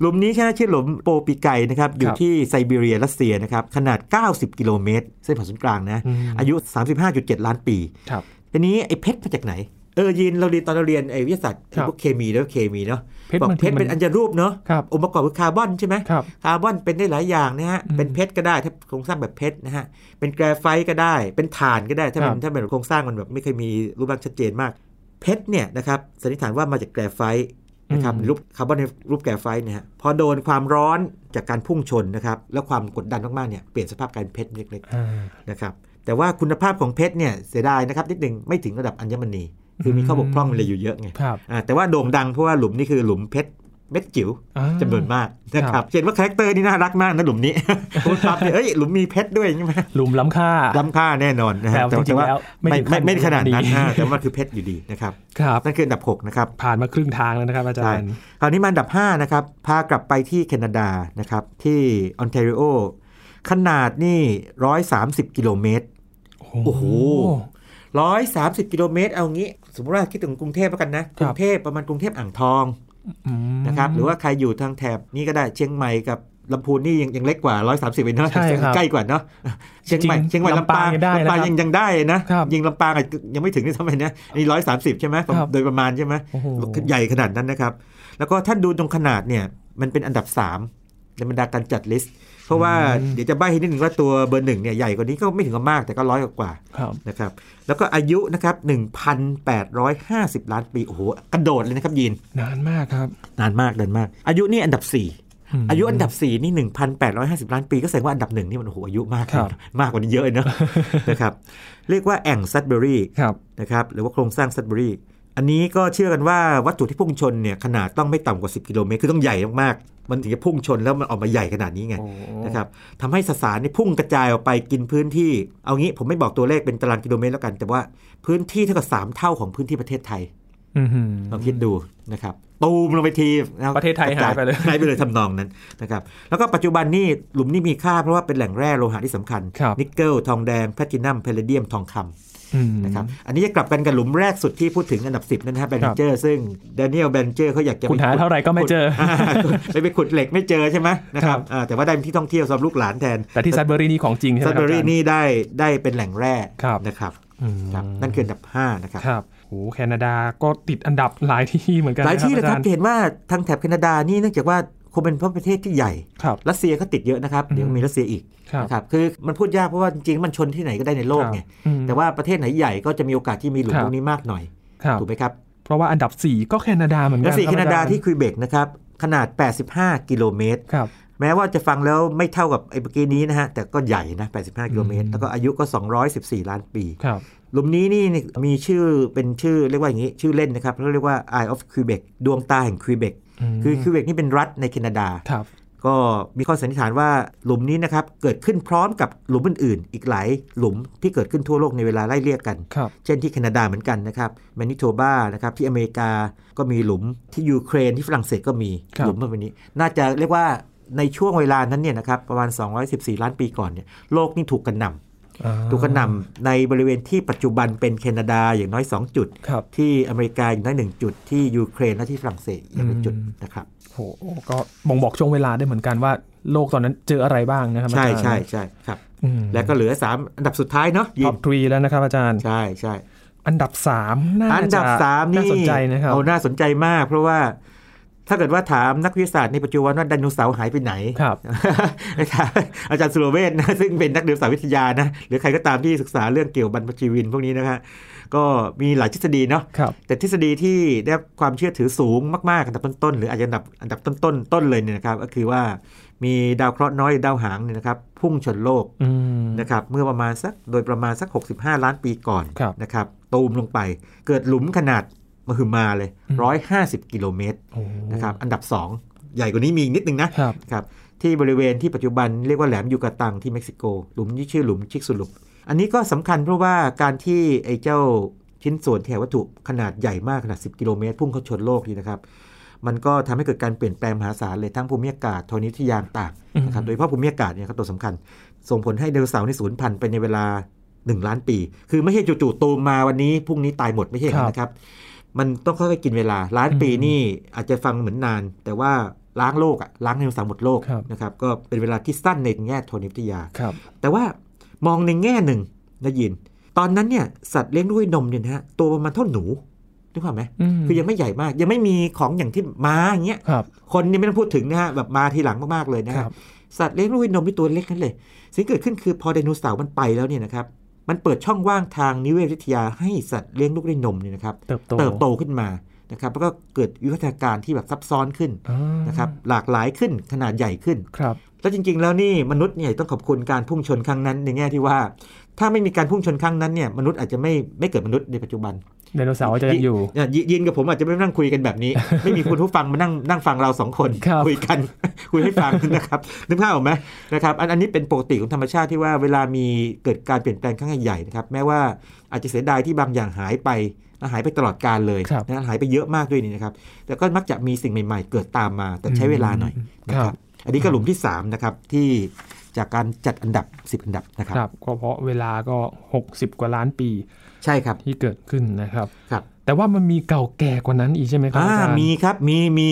B: หลุมนี้ใช่ไหมชื่อหลุมโปปิไกนะครับอยู่ที่ไซบีเรียรัสเซียนะครับขนาด 90 กิโลเมตรเส้นผ่าศูนย์กลางนะ
A: อืม
B: อายุ 35.7 ล้านปี
A: ครับ
B: ทีนี้ไอ้เพชรมาจากไหน เออยินเราเรียนตอนเราเรียนไอ้วิทยาศาสตร์
A: ครับ
B: พวกเคมีแล้วเคมีเนาะ
A: เพชร
B: บอก
A: บาง
B: เพ
A: ที
B: ชร
A: มั
B: เป็นอัญรูปเนาะ
A: ครับ
B: องค์ประกอบคือคาร์บอนใช่ไหม
A: ครับ
B: คาร์บอนเป็นได้หลายอย่างนะฮะ
A: อืม
B: เป็นเพชรก็ได้ถ้าโครงสร้างแบบเพชรนะฮะเป็นแกรไฟต์ก็ได้ เป็นถ่านก็ได้ถ้า
A: ค
B: มั
A: รั
B: น
A: บ
B: ถ้าเป็นโครงสร้างมันแบบไม่เคยมีรูปร่างชัดเจนมาก เพชรเนี่ยนะครับสันนิษฐานว่ามาจากแกรไฟต์นะครับหรือรูปคาร์บอนในรูปแกรไฟต์นะฮะพอโดนความร้อนจากการพุ่งชนนะครับแล้วความกดดันมากๆเนี่ยเปลี่ยนสภาพกลายเป็นเพชรเล็กๆ
A: อ่า
B: นะครับแต่ว่าคุณภาพของเพชรเนี่ยเสียดายนะครับนิดหนึ่งไม่ถึงระดับอัญมณี คือมีข้อ
A: อืม
B: บกพร่องอะไรอยู่เยอะไง
A: ครับ
B: อ่าแต่ว่าโด่งดังเพราะว่าหลุมนี่คือหลุมเพชรเม็ดจิ๋ว
A: อ่า
B: จำนวนมากนะ
A: ค
B: ค
A: รั
B: รับ บเห็นว่าคาแรคเตอร์นี่น่ารักมากนะหลุม นี้ คุณปั๊บเนี่ยเอ้ยหลุมมีเพชรด้วยใช่ไหม
A: หลุมล้ำค่า
B: ล้ำค่าแน่นอนนะฮะ
A: แต่จริงๆแล้วไม่
B: ไม่
A: ถึงขั้น
B: ไม่ไม่ขนาดนั้น
A: อัญมณี
B: อ่าแต่ว่ามันคือเพชรอยู่ดีนะครับ
A: ครับ
B: นั่นคืออันดับหกนะครับ
A: ผ่านมาครึ่งทางแล้วนะครับ อาจารย์
B: คราวนี้มาอันดับ 5 นะครับ พากลับไปที่แคนาดานะครับ ที่ออนแทริโอขนาดนี่ 130 กิโลเมตร โอ้โห 130 กิโลเมตร เอางี้ สมมติว่าคิดถึงกรุงเทพแล้วกันนะ
A: ค
B: ก
A: รับ
B: รุงเทพประมาณกรุงเทพอ่างทอง
A: อืม
B: นะครับ หรือว่าใครอยู่ทางแถบนี้ก็ได้เชียงใหม่กับลำพูนนี่ยังยังเล็กกว่า 130เองเนาะ
A: ใช่ครับ
B: ใกล้กว่าเนาะเชียงใหม่
A: จริงๆ
B: เชียงใหม่
A: ลำ
B: ลำ
A: ปาง
B: ปาง
A: ยังได้นะ
B: ลำปางยังยังได้นะครับ ยิงลำปางอ่ะยังไม่ถึ งนี่ทำไมนะนี่130 ใช่ไหม
A: ครับ
B: โดยประมาณใช่ไหม
A: โอ้โห
B: ใหญ่ขนาดนั้นนะครับ แล้วก็ท่านดูตรงขนาดเนี่ย มันเป็นอันดับ 3 ในบรรดาการจัดลิสต์ เพราะว่า
A: อืม
B: เดี๋ยวจะใบ้ให้นิดหนึ่งว่าตัวเบอร์หนึ่งเนี่ยใหญ่กว่านี้ก็ไม่ถึงกับมากแต่ก็ร้อยกว่า
A: ครับ
B: นะครับ แล้วก็อายุนะครับ 1,850 ล้านปี โอ้โห กระโดดเลยนะครับยีน
A: นานมากครับ
B: นานมากเดินมาก อายุนี่อันดับ 4
A: ม
B: อายุอันดับ 4 นี่ 1,850 ล้านปีก็แสดงว่าอันดับหนึ่งนี่มันโอ้โหอายุมาก
A: ครับ
B: มากกว่านี้เยอะเลยเนอะ นะครับเรียกว่าแอ่งซัดเบอรี
A: ครับ
B: นะครับหรือว่าโครงสร้างซัดบุรีอันนี้ก็เชื่อกันว่าวัตถุที่พุ่งชนเนี่ยขนาดต้องไม่ต่ำกว่า 10 กิโลเมตร คือต้องใหญ่มากๆ มันถึงจะพุ่งชนแล้วมันออกมาใหญ่ขนาดนี้ไง
A: โอ้
B: นะครับทำให้สสารนี่พุ่งกระจายออกไปกินพื้นที่ เอางี้ผมไม่บอกตัวเลขเป็นตารางกิโลเมตรแล้วกัน แต่ว่าพื้นที่เท่ากับ 3 เท่าของพื้นที่ประเทศไทย
A: อืม
B: ลองคิดดูนะครับตูมลงไปทีนคบ
A: ประเทศไทยหายไปเลย
B: หายไปเลยทำนองนั้นนะครับแล้วก็ปัจจุบันนี่หลุมนี่มีค่าเพราะว่าเป็นแหล่งแร่โลหะที่สำคัญ
A: ครับ
B: นิกเกิลทองแดงแพลตินัมเพลเดียมทองคำ
A: อืม
B: นะครับอันนี้จะกลับกันกับหลุมแรกสุดที่พูดถึงอันดับ 10 นั่นนะฮะแบนเจอร์ซึ่งแดเนียลแบนเจอร์เขาอยากจะ
A: คุณหาเท่าไหร่ก็ไม่เจอ
B: ไปขุดา ไปขุดเหล็กไม่เจอใช่ไหมนะครับอ่าแต่ว่าได้เป็นที่ท่องเที่ยวสำหรับลูกหลานแทน
A: แต่ที่ซัดเบอรี่นี่ของจริงใช่ไห
B: ซั
A: ม
B: ด
A: ครั
B: เบบ
A: อาจา
B: อรี่
A: รย์
B: นี่ได้ได้เป็นแหล่งแร่
A: ครับ
B: นะครับ
A: อืม
B: ครับนั่นคืออันดับ 5 นะครับ
A: ครับโอ้แคนาดาก็ติดอันดับหลายที่เหมือนกัน
B: หลายที่นะครับ
A: อาจา
B: เห็นว่าทางแถบแคนาดานี่เนื่องจากว่าคงเป็นเพราะประเทศที่ใหญ่
A: ครับ
B: รัสเซียก็ติดเยอะนะครับเดี๋ยวมีรัสเซียอีก
A: ครับ
B: นะครับคือมันพูดยากเพราะว่าจริงๆมันชนที่ไหนก็ได้ในโลกไง
A: อืม
B: แต่ว่าประเทศไหนใหญ่ก็จะมีโอกาสที่มีหลุม
A: ครับ
B: พวกนี้มากหน่อย
A: ครับ
B: ถูกไหมครับ
A: เพราะว่าอันดับ 4 ก็แคนาดาเหมือนกั
B: และ
A: น
B: สี่
A: รับ
B: แคนาดา
A: อจรย์
B: ที่ควีเบกนะครับ ขนาด 85 กิโลเมตร
A: ครับ
B: แม้ว่าจะฟังแล้วไม่เท่ากับไอ้เมื่อกี้นี้นะฮะ แต่ก็ใหญ่นะ 85 กิโลเมตร
A: อืม
B: แล้วก็อายุก็ 214 ล้านปี
A: ครับ
B: หลุมนี้นี่มีชื่อเป็นชื่อเรียกว่าอย่างนี้ ชื่อเล่นนะครับเขาเรียกว่า Eye of Quebec ดวงตาแห่งควีเบก
A: ม
B: คือควีเบกนี่เป็นรัฐในแคนาดา
A: ครับ
B: ก็มีข้อสันนิษฐานว่าหลุมนี้นะครับเกิดขึ้นพร้อมกับหลุมอื่นๆ อีกหลายหลุมที่เกิดขึ้นทั่วโลกในเวลาไล่เรียกกัน
A: ครับ
B: เช่นที่แคนาดาเหมือนกันนะครับแมนิโตบานะครับที่อเมริกาก็มีหลุมที่ยูเครนที่ฝรั่งเศสก็มี
A: ครับ
B: หลุมแบบนี้ น่าจะเรียกว่าในช่วงเวลานั้นเนี่ยนะครับประมาณ 214 ล้านปีก่อนเนี่ยโลกนี่ถูกกระหน่
A: อ่า
B: ำถูกกระหน่ำในบริเวณที่ปัจจุบันเป็นแคนาดาอย่างน้อย 2 จุด
A: ครับ
B: ที่อเมริกาอย่างน้อย 1 จุด ที่ยูเครนและที่ฝรั่งเศสอย่างละจุด
A: อืม
B: นะครับ
A: โหก็บ่งบอกช่วงเวลาได้เหมือนกันว่าโลกตอนนั้นเจออะไรบ้างนะครับ
B: ใช่
A: อาจารย์
B: ใช่ใช่ครับ
A: อืม
B: แล้วก็เหลือ 3 อันดับสุดท้ายเนาะยิ
A: ท็อน ปทรีแล้วนะครับอาจารย์
B: ใช่ใช่
A: อันดับ 3 น่า
B: อันดับ
A: จะ
B: สาม
A: น่า
B: นี่
A: สนใจนะครับ
B: เอาน่าสนใจมาก เพราะว่า ถ้าเกิดว่าถามนักวิทยาศาสตร์ในปัจจุบันว่าไดโนเสาร์หายไปไหน
A: ครับ
B: นะครับอาจารย์สุรเวชนะซึ่งเป็นนักเดือสารวิทยานะหรือใครก็ตามที่ศึกษาเรื่องเกี่ยวบรรพชีวินพวกนี้นะฮะก็มีหลายทฤษฎีเนาะ
A: ครับ
B: แต่ทฤษฎีที่ได้รับความเชื่อถือสูงมากๆ อันดับต้นๆหรืออาจจะอันดับอันดับต้นๆต้นเลยเนี่ยนะครับก็คือว่ามีดาวเคราะห์น้อยหรือดาวหางเนี่ยนะครับพุ่งชนโลก
A: อืม
B: นะครับเมื่อประมาณสักโดยประมาณสัก 65 ล้านปีก่อน
A: ครับ
B: นะครับตูมลงไปเกิดหลุมขนาดมหึมาเลย
A: อืม
B: 150 กิโลเมตร
A: โอ้โห
B: นะครับอันดับสองใหญ่กว่านี้มีอีกนิดนึงนะ
A: ครับ
B: ครับที่บริเวณที่ปัจจุบันเรียกว่าแหลมยูกาตังที่เม็กซิโก หลุมที่ชื่อหลุมชิกสุลุปอันนี้ก็สำคัญเพราะว่าการที่ไอ้เจ้าชิ้นส่วนแถววัตถุขนาดใหญ่มากขนาด 10 กิโลเมตร พุ่งเข้าชนโลกนี่นะครับ มันก็ทำให้เกิดการเปลี่ยนแปลงมหาศาลเลยทั้งภูมิอากาศธรณีวิที่ยางต่างนะครับ
A: อืม
B: โดยเฉพาะภูมิอากาศเนี่ยครับตัวสำคัญ ส่งผลให้ไดโนเสาร์ในสูญพันธุ์ไปในเวลา 1 ล้านปี คือไม่ใช่จู่ๆตูมมาวันนี้พรุ่งนี้ตายหมดไม่ใช่อย่างนั้นนะครับ มันต้องค่อยๆกินเวลาล้านปี
A: อืม
B: นี่อาจจะฟังเหมือนนาน แต่ว่าล้างโลกอะล้างไดโนเสาร์หมดโลก
A: ครับ
B: นะครับก็เป็นเวลาที่สั้นในแง่ธรณีวิทยา
A: ครับ
B: แต่ว่ามองในแง่หนึ่งนะยิน ตอนนั้นเนี่ยสัตว์เลี้ยงด้วยนมเนี่ยนะฮะตัวประมาณเท่าหนูนึกภาพไหม
A: อืม
B: คือยังไม่ใหญ่มาก ยังไม่มีของอย่างที่ม้าอย่างเงี้ย
A: ครับ
B: คนเนี่ยไม่ต้องพูดถึงนะฮะแบบมาทีหลังมากๆเลยนะ
A: ค
B: ฮะ
A: รับ
B: สัตว์เลี้ยงลูกด้วยนมด้วยตัวเล็กนั่นเลย สิ่งที่เกิดขึ้นคือพอไดโนเสาร์มันไปแล้วเนี่ยนะครับ มันเปิดช่องว่างทางนิเวศวิทยาให้สัตว์เลี้ยงลูกด้วยนมเนี่ยนะครับ
A: เติบโต
B: เติบโตขึ้นมานะครับแล้วก็เกิดวิวัฒนาการที่แบบซับซ้อนขึ้น
A: อ่า
B: นะครับหลากหลายขึ้นขนาดใหญ่ขึ้น
A: ครับ
B: แล้วจริง ๆ แล้วนี่มนุษย์เนี่ยต้องขอบคุณการพุ่งชนครั้งนั้นในแง่ที่ว่า ถ้าไม่มีการพุ่งชนครั้งนั้นเนี่ยมนุษย์อาจจะไม่ไม่เกิดมนุษย์ในปัจจุบัน
A: ไดโนเสาร์จะยังอยู่
B: เนี่ยยยินกับผมอาจจะไม่นั่งคุยกัน แบบนี้ ไม่มีคุณผู้ฟังมานั่งนั่งฟังเราสองคน
A: ครับ
B: ยกัน คุยให้ฟังนะครับนึกภาพออกไหมนะครับอันอันนี้เป็นปกติของธรรมชาติที่ว่าเวลามีเกิดการเปลี่ยนแปลงครั้งใหญ่ๆนะครับแม้ว่าอาจจะเสียดายที่บางอย่างหายไปและหายไปตลอดการเลย
A: ครับ
B: นะหายไปเยอะมากด้วยนี่นะครับแต่ก็มักจะมีสิ่งใหม่ๆ เกิดตามมาแต่ใช้เวลาหน่อยนะ
A: ค
B: ค
A: รั
B: รั
A: บบ
B: อันนี้ก็หลุมที่สามนะครับที่จากการจัดอันดับ 10 อันดับนะครั
A: ค
B: บ
A: รับก็เพราะเวลาก็ 60 กว่าล้านปี
B: ใช่ครับ
A: ที่เกิดขึ้นนะครับ
B: ครับ
A: แต่ว่ามันมีเก่าแก่กว่านั้นอีกใช่ไหมครับ
B: อ่า
A: อาจารย์
B: มีครับมีมี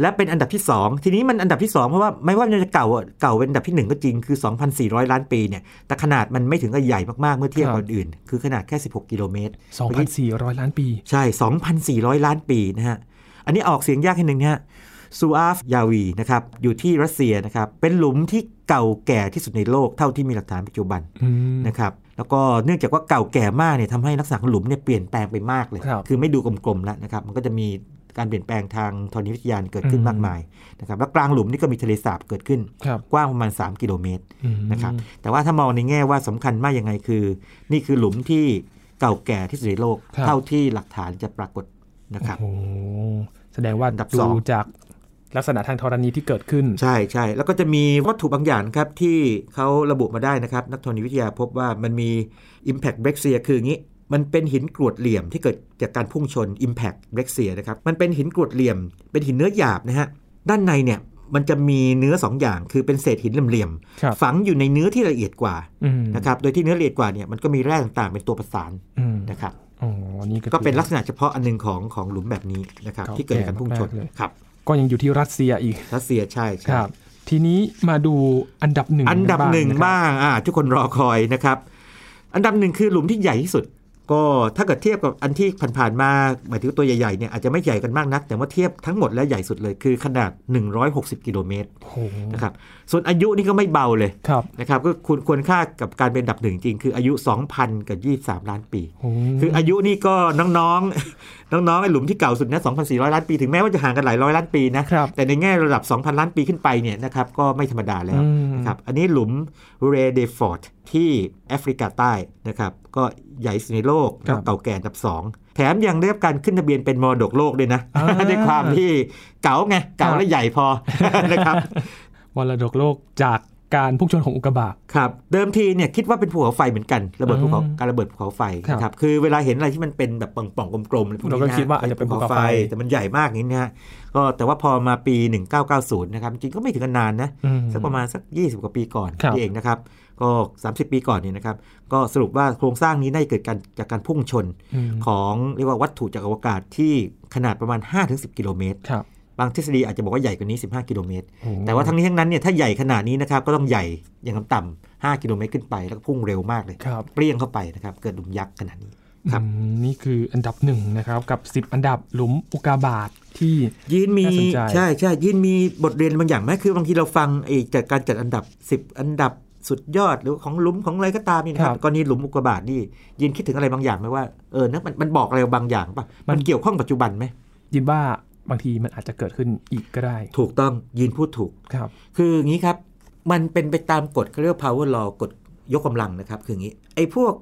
B: และเป็นอันดับที่ 2 ทีนี้มันอันดับที่ 2 เพราะว่าไม่ว่ามันจะเก่าอะเก่าเป็นอันดับที่ 1 ก็จริงคือ 2,400 ล้านปีเนี่ยแต่ขนาดมันไม่ถึงกับใหญ่มาก ๆ เมื่อเทียบกับอื่น คือขนาดแค่ 16 กิโลเมตร
A: 2,400 ล้านปี
B: ใช่ 2,400 ล้านปีนะฮะ อันนี้ออกเสียงยากแค่หนึ่งนะฮะซูอาฟยาวีนะครับ อยู่ที่รัสเซียนะครับ เป็นหลุมที่เก่าแก่ที่สุดในโลกเท่าที่มีหลักฐานปัจจุบัน
A: อืม
B: นะครับแล้วก็เนื่องจากว่าเก่าแก่มากเนี่ยทำให้ลักษณะของหลุมเนี่ยเปลี่ยนแปลงไปมากเลย
A: ครับ
B: อไม่ดูกลมๆแล้วนะครับมันก็จะมีการเปลี่ยนแปลงทางธรณีวิทยาเกิดขึ้น
A: อืม
B: มากมายนะครับแล้วกลางหลุมนี่ก็มีทะเลสาบเกิดขึ้น
A: ครับ
B: กว้างประมาณ 3 กิโลเมตร
A: อืม
B: นะครับแต่ว่าถ้ามองในแง่ว่าสำคัญมากยังไงคือ นี่คือหลุมที่เก่าแก่ที่สุดในโลก
A: ครับ
B: เท่าที่หลักฐานจะปรากฏนะครับ
A: โอ้โหแสดงว่า
B: อันดับส
A: ดู
B: อง
A: จากลักษณะทางธรณีที่เกิดขึ้น
B: ใช่ใช่แล้วก็จะมีวัตถุบางอย่างครับที่เขาระบุมาได้นะครับ นักธรณีวิทยาพบว่ามันมี Impact b r e x i a คืออย่างนี้ มันเป็นหินกรวดเหลี่ยมที่เกิดจากการพุ่งชน Impact b r e x i a นะครับ มันเป็นหินกรวดเหลี่ยม เป็นหินเนื้อหยาบนะฮะ ด้านในเนี่ยมันจะมีเนื้อสองอย่าง คือเป็นเศษหินเหลี่ยม
A: ครับ
B: ๆฝังอยู่ในเนื้อที่ละเอียดกว่า
A: อืม
B: นะครับโดยที่เนื้อละเอียดกว่าเนี่ยมันก็มีแร่ต่างๆ เป็นตัวประสาน
A: อืม
B: นะครับ
A: อ๋อนี่ก็
B: ก็เป็น
A: ถือ
B: ลักษณะเฉพาะอันหนึงของของหลุมแบบนี้นะครับที่เกิดจากการพุ่งชน
A: เก่าแก่มากๆเลย
B: ครับ
A: ก็ยังอยู่ที่รัสเซียอีก
B: รัสเซียใช่
A: ค
B: ใช่
A: รับ ทีนี้มาดูอันดับหนึ่ง
B: อันดับหนึ่ง
A: ะครับ
B: บ้างอ่าทุกคนรอคอยนะครับ อันดับหนึ่งคือหลุมที่ใหญ่ที่สุด ก็ถ้าเกิดเทียบกับอันที่ผ่านๆมาหมายถึงตัวใหญ่ๆเนี่ยอาจจะไม่ใหญ่กันมากนัก แต่ว่าเทียบทั้งหมดแล้วใหญ่สุดเลยคือขนาด 160 กิโลเมตร
A: โอ้โห
B: นะครับส่วนอายุนี่ก็ไม่เบาเลย
A: ครับ
B: นะครับก็ควรควรค่ากับการเป็นอันดับหนึ่งจริงคืออายุ 2,000 กับ 23 ล้านปี
A: โอ้โห
B: คืออายุนี่ก็น้องๆ น้องๆไอ้หลุมที่เก่าสุดนะ2,400 ล้านปีถึงแม้ว่าจะห่างกันหลายร้อยล้านปีนะ
A: ครับ
B: แต่ในแง่ระดับ 2,000 ล้านปีขึ้นไปเนี่ยนะครับก็ไม่ธรรมดาแล้ว
A: อืม
B: นะครับ อันนี้หลุมเรเดฟอร์ดที่แอฟริกาใต้นะครับ ก็ใหญ่สุดในโลก
A: ครับ
B: แล้วเก่าแก่อันดับ 2 แถมยังได้รับการขึ้นทะเบียนเป็นมรดกโลกด้วยนะ
A: อ่า
B: ด้วยความที่เก๋าไง เก๋าและใหญ่พอ นะครับ
A: มรดกโลกจากการพุ่งชนของอุกกาบาต
B: ครับเดิมทีเนี่ยคิดว่าเป็นภูเขาไฟเหมือนกันระเบิดภูเขา
A: อืม
B: การระเบิดภูเขาไฟ
A: ครับ
B: นะครับคือเวลาเห็นอะไรที่มันเป็นแบบป่องๆกลมๆอะไรพวกนี้
A: เราก็
B: นะ
A: คิดว่าอาจจะเป็นภูเขาไฟ
B: แต่มันใหญ่มากอย่างนี้นะฮะก็แต่ว่าพอมาปี 1990 นะครับจริงๆก็ไม่ถึงกันนานนะ
A: อืม
B: สักประมาณสัก 20 กว่าปีก่อน
A: ครับ
B: นี่เองนะครับ ก็ 30 ปีก่อนเนี่ยนะครับ ก็สรุปว่าโครงสร้างนี้ได้เกิดการจากการพุ่งชน
A: อืม
B: ของเรียกว่าวัตถุจากอวกาศที่ขนาดประมาณ 5-10 กิโลเมตร
A: ครับ
B: บางทฤษฎีอาจจะบอกว่าใหญ่กว่านี้ 15 กิโลเมตร
A: โอ้โห
B: แต่ว่าทั้งนี้ทั้งนั้นเนี่ยถ้าใหญ่ขนาดนี้นะครับ ก็ต้องใหญ่อย่างต่ำๆ5กิโลเมตรขึ้นไป แล้วก็พุ่งเร็วมากเลย
A: ครับ
B: เปรี้ยงเข้าไปนะครับ เกิดหลุมยักษ์ขนาดนี้ ครับ
A: อืมนี่คืออันดับหนึ่งนะครับกับ 10 อันดับหลุมอุกาบาตที่
B: ยีนมี
A: น่าสนใจ
B: ใช่ใช่ยีนมีบทเรียนบางอย่างไหมคือบางทีเราฟังไอ้จากการจัดอันดับ 10 อันดับสุดยอดหรือของหลุมของอะไรก็ตามนี่นะค
A: ครั
B: รับบ กรณีหลุมอุกกาบาตนี่ยีนคิดถึงอะไรบางอย่างไหมว่าเออนะมันมันบอกอะไรบางอย่างป่ะ
A: มั
B: มัน นเกี่ยวข้องปัจจุบันไหม
A: ยินว่าบางทีมันอาจจะเกิดขึ้นอีกก็ได้
B: ถูกต้องยีนพูดถูก
A: ครับ
B: คืออย่างนี้ครับ มันเป็นไปตามกฎเขาเรียกว่า power law กฎยกกำลังนะครับ คืออย่างนี้ ไอ้พวก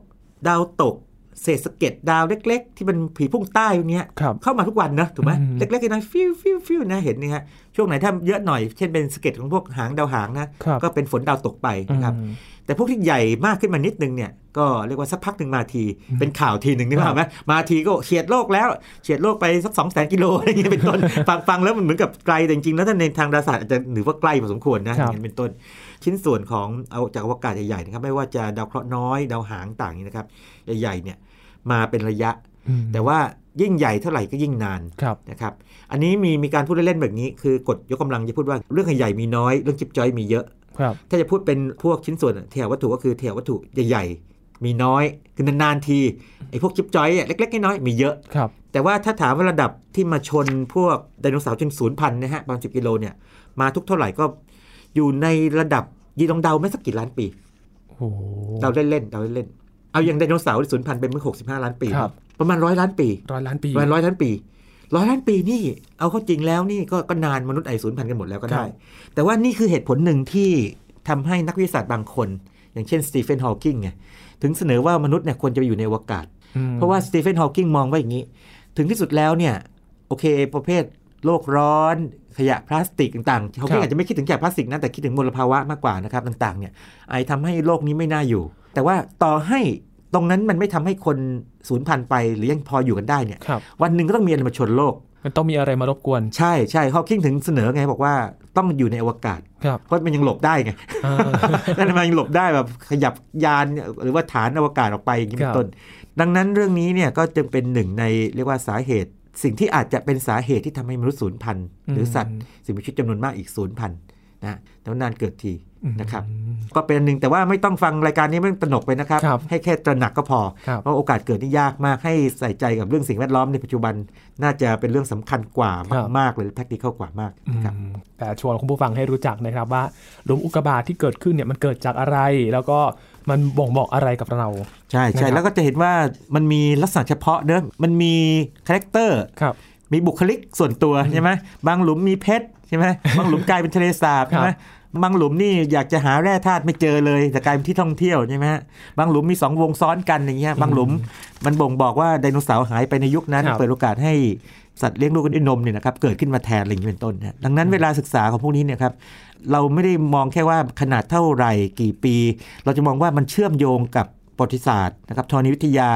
B: ดาวตก เศษสะเก็ดดาวเล็ก ๆ ที่มันผีพุ่งใต้พวกเนี้ย
A: ครับ
B: เข้ามาทุกวันนะถูกไหม
A: อืม
B: เล็กๆน้อยๆฟิวฟิวฟิวนะเห็นนี่ฮะช่วงไหนถ้าเยอะหน่อย เช่นเป็นสะเก็ดของพวกหางดาวหางนะ
A: ครับ
B: ก็เป็นฝนดาวตกไปนะครับ
A: อืม
B: แต่พวกที่ใหญ่มากขึ้นมานิดนึงเนี่ยก็เรียกว่าสักพักหนึ่งมาที
A: อืม
B: เป็นข่าวทีหนึ่งนี่
A: ครับ
B: ว่าไหมมาทีก็เฉียดโลกแล้วเฉียดโลกไปสักสองแสนกิโลอะไรอย่างเงี้ย เป็นต้น ฟังฟังแล้วมันเหมือนกับไกลแต่จริงๆแล้วถ้าในทางดาราศาสตร์อาจจะหรือว่าใกล้พอสมควรนะอย่างนั้นเป็นต้น ชิ้นส่วนของเอาจากอวกาศใหญ่ๆนะครับไม่ว่าจะดาวเคราะห์น้อยดาวหางต่างๆนี่นะครับใหญ่ๆเนี่ยมาเป็นระยะ
A: อืม
B: แต่ว่ายิ่งใหญ่เท่าไหร่ก็ยิ่งนาน
A: ครับ
B: นะครับ อันนี้มีมีการพูดเล่นๆแบบนี้ คือกฎยกกำลังจะพูดว่าเรื่องใหญ่ๆมีน้อย เรื่องจิบจอยมีเยอะ
A: ครับ
B: ถ้าจะพูดเป็นพวกชิ้นส่วนเทียวัตถุก็คือเทียวัตถุใหญ่ๆ มีน้อย คือนานๆทีไอ้พวกชิปจอยอะเล็กๆน้อยๆมีเยอะ
A: ครับ
B: แต่ว่าถ้าถามว่าระดับที่มาชนพวกไดโนเสาร์จนศูนย์พันนะฮะประมาณสิบกิโลเนี่ยมาทุกเท่าไหร่ก็อยู่ในระดับยีลองเดาไม่สักกี่ล้านปี
A: โอ้โห
B: เดาเล่นๆเดาเล่นๆเอาอย่างไดโนเสาร์ศูนย์พันเป็นเมื่อหกสิบห้าล้านปี
A: ครับ
B: ประมาณร้อยล้านปี
A: ร้อยล้านปี
B: ร้อยร้อยล้านปีร้อยล้านปีนี่เอาเข้าจริงแล้วนี่ก็ก็นานมนุษย์ไอศูนย์พันธุ์กันหมดแล้วก็
A: ค
B: ได้
A: รับ
B: แต่ว่านี่คือเหตุผลหนึ่งที่ทำให้นักวิทยาศาสตร์บางคน อย่างเช่นสตีเฟนฮอว์กิงไงถึงเสนอว่ามนุษย์เนี่ยควรจะไปอยู่ในอวกาศ
A: อืม
B: เพราะว่าสตีเฟนฮอว์กิงมองว่าอย่างนี้ ถึงที่สุดแล้วเนี่ยโอเค ประเภทโลกร้อนขยะพลาสติกต่างๆฮอว์กิงอาจจะไม่คิดถึงขยะพลาสติกนะแต่คิดถึงมลภาวะมากกว่านะครับต่างๆเนี่ยไอทำให้โลกนี้ไม่น่าอยู่ แต่ว่าต่อให้ตรงนั้นมันไม่ทำให้คนสูญพันธุ์ไปหรือยังพออยู่กันได้เนี่ย
A: ครับ
B: วันหนึ่งก็ต้องมีอะไรมาชนโลก
A: มันต้องมีอะไรมารบกวน
B: ใช่ใช่ฮอว์กิงถึงเสนอไงบอกว่าต้องอยู่ในอวกาศ
A: ครับ
B: เพราะมันยังหลบได้ไง
A: อ่า
B: นั่นมันยังหลบได้แบบขยับยานหรือว่าฐานอวกาศออกไปอย่างนี้เป็
A: ครับ
B: นต้น ดังนั้นเรื่องนี้เนี่ยก็จึงเป็นหนึ่งในเรียกว่าสาเหตุ สิ่งที่อาจจะเป็นสาเหตุที่ทำให้มนุษย์สูญพันธุ์หรือสัตว์สิ่งมีชีวิตจำนวนมากอีกสูญพันธุ์นะแต่ว่านานเกิดที
A: อืม
B: นะครับ ก็เป็นอันหนึ่งแต่ว่าไม่ต้องฟังรายการนี้ไม่ต้องตระหนกไปนะครับ
A: ครับ
B: ให้แค่ตระหนักก็พอ
A: ครับ
B: เพราะโอกาสเกิดนี่ยากมากให้ใส่ใจกับเรื่องสิ่งแวดล้อมในปัจจุบันน่าจะเป็นเรื่องสำคัญกว่ามากๆเลย practical กว่ามากนะครับ
A: อืมแต่ชวนคุณผู้ฟังให้รู้จักนะครับว่าหลุมอุกกาบาตที่เกิดขึ้นเนี่ยมันเกิดจากอะไร แล้วก็มันบ่งบอกอะไรกับเรา
B: ใช่
A: นะครั
B: ใช่
A: บ
B: แล้วก็จะเห็นว่ามันมีลักษณะเฉพาะเนอะมันมีคาแรคเตอร์
A: ครับ
B: มีบุคลิกส่วนตัวใช่ไหมบางหลุมมีเพชรใช่ไหม บางหลุมกลายเป็นทะเลสาบ
A: ครับ
B: ใช่ไหมบางหลุมนี่อยากจะหาแร่ธาตุไม่เจอเลยแต่กลายเป็นที่ท่องเที่ยวใช่ไหมฮะบางหลุมมีสองวงซ้อนกันอย่างเงี้ยบางหลุมมันบ่งบอกว่าไดโนเสาร์หายไปในยุคนั้น
A: ครับ
B: เปิดโอกาสให้สัตว์เลี้ยงลูกด้วยนมเนี่ยนะครับเกิดขึ้นมาแทนอะไรอย่างเงี้ยเป็นต้นนะฮะดังนั้นเวลาศึกษาของพวกนี้เนี่ยครับเราไม่ได้มองแค่ว่าขนาดเท่าไหร่กี่ปี เราจะมองว่ามันเชื่อมโยงกับประวัติศาสตร์นะครับธรณีวิทยา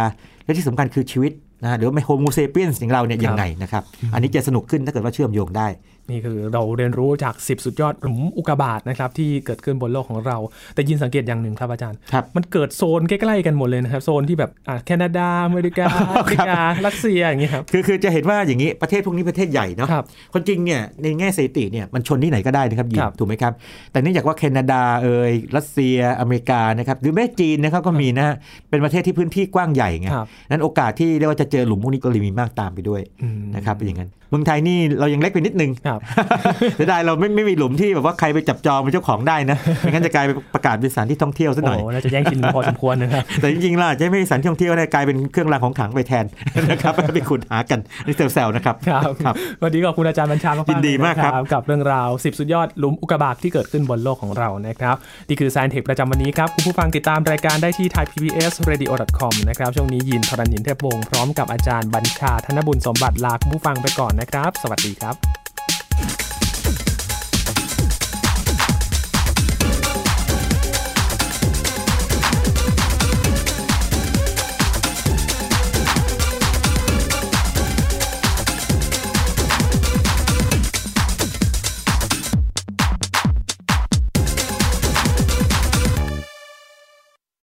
B: และที่สำคัญคือชีวิตนะฮะหรือว่าโฮโมเซเปียนสิ่างเราเนี่ยยังไง ไปนะครับอันนี้จะสนุกขึ้นถ้าเกิดว่าเชื่อมโยงได้
A: นี่คือเราเรียนรู้จาก 10 สุดยอดหลุมอุกกาบาตนะครับที่เกิดขึ้นบนโลกของเรา แต่ยินสังเกตอย่างหนึ่งครับอาจารย์
B: ครับ
A: มันเกิดโซนใกล้ๆกันหมดเลยนะครับ โซนที่แบบอ่ะแคนาดาอเมริกาแอฟริการัสเซียอย่างนี้ครับ
B: คือคือจะเห็นว่าอย่างนี้ประเทศพวกนี้ประเทศใหญ่เนาะ
A: ครับ
B: คนจริงเนี่ยในแง่สถิติเนี่ยมันชนที่ไหนก็ได้นะครับยีน
A: ครับ
B: ถูกไหมครับ แต่เนื่องจากว่าแคนาดาเอยรัสเซียอเมริกานะครับหรือแม้จีนนะครับก็มีนะฮะเป็นประเทศที่พื้นที่กว้างใหญ่ไง
A: ครับ
B: นั้นโอกาสที่เรียกว่าจะเจอหลุมพวกนี้ก็เลยมีมากตามไปด้วย
A: อืม
B: นะครับเป็นอย่างนั้นเมืองไทยนี่เรายังเล็กไปนิดนึง
A: ครับ
B: เสียดายเราไม่ไม่มีหลุมที่แบบว่าใครไปจับจองเป็นเจ้าของได้นะไม่งั้นจะกลายเป็นประกาศเป็นสถานที่ท่องเที่ยวซะหน่อย
A: โอ้น่าจะแย่งกินพอสมควร นะครับ
B: แต่จริงๆล่ะจะไม่มีสถานที่ท่องเที่ยวได้กลายเป็นเครื่องรางของขลังไปแทน นะครับ ไปขุดหากันนี่เซลล์นะครับ
A: ครับวันนี้ขอบคุณอาจารย์บัญชามากๆ
B: ยินดีมากครับ
A: เลยนะกับเรื่องราว 10 สุดยอดหลุมอุกกาบาตที่เกิดขึ้นบนโลกของเรานะครับนี่คือ Science Tech ประจำวันนี้ครับ คุณผู้ฟังติดตามรายการได้ที่ thaipbsradio.com นะครับ ช่วงนี้ยินทรณินเทพวงศ์พร้อมกับอาจารย์บัญชาธนบุญสมบัติลาคุณผู้ฟังไปก่อนนะครับ สวัสดีครับ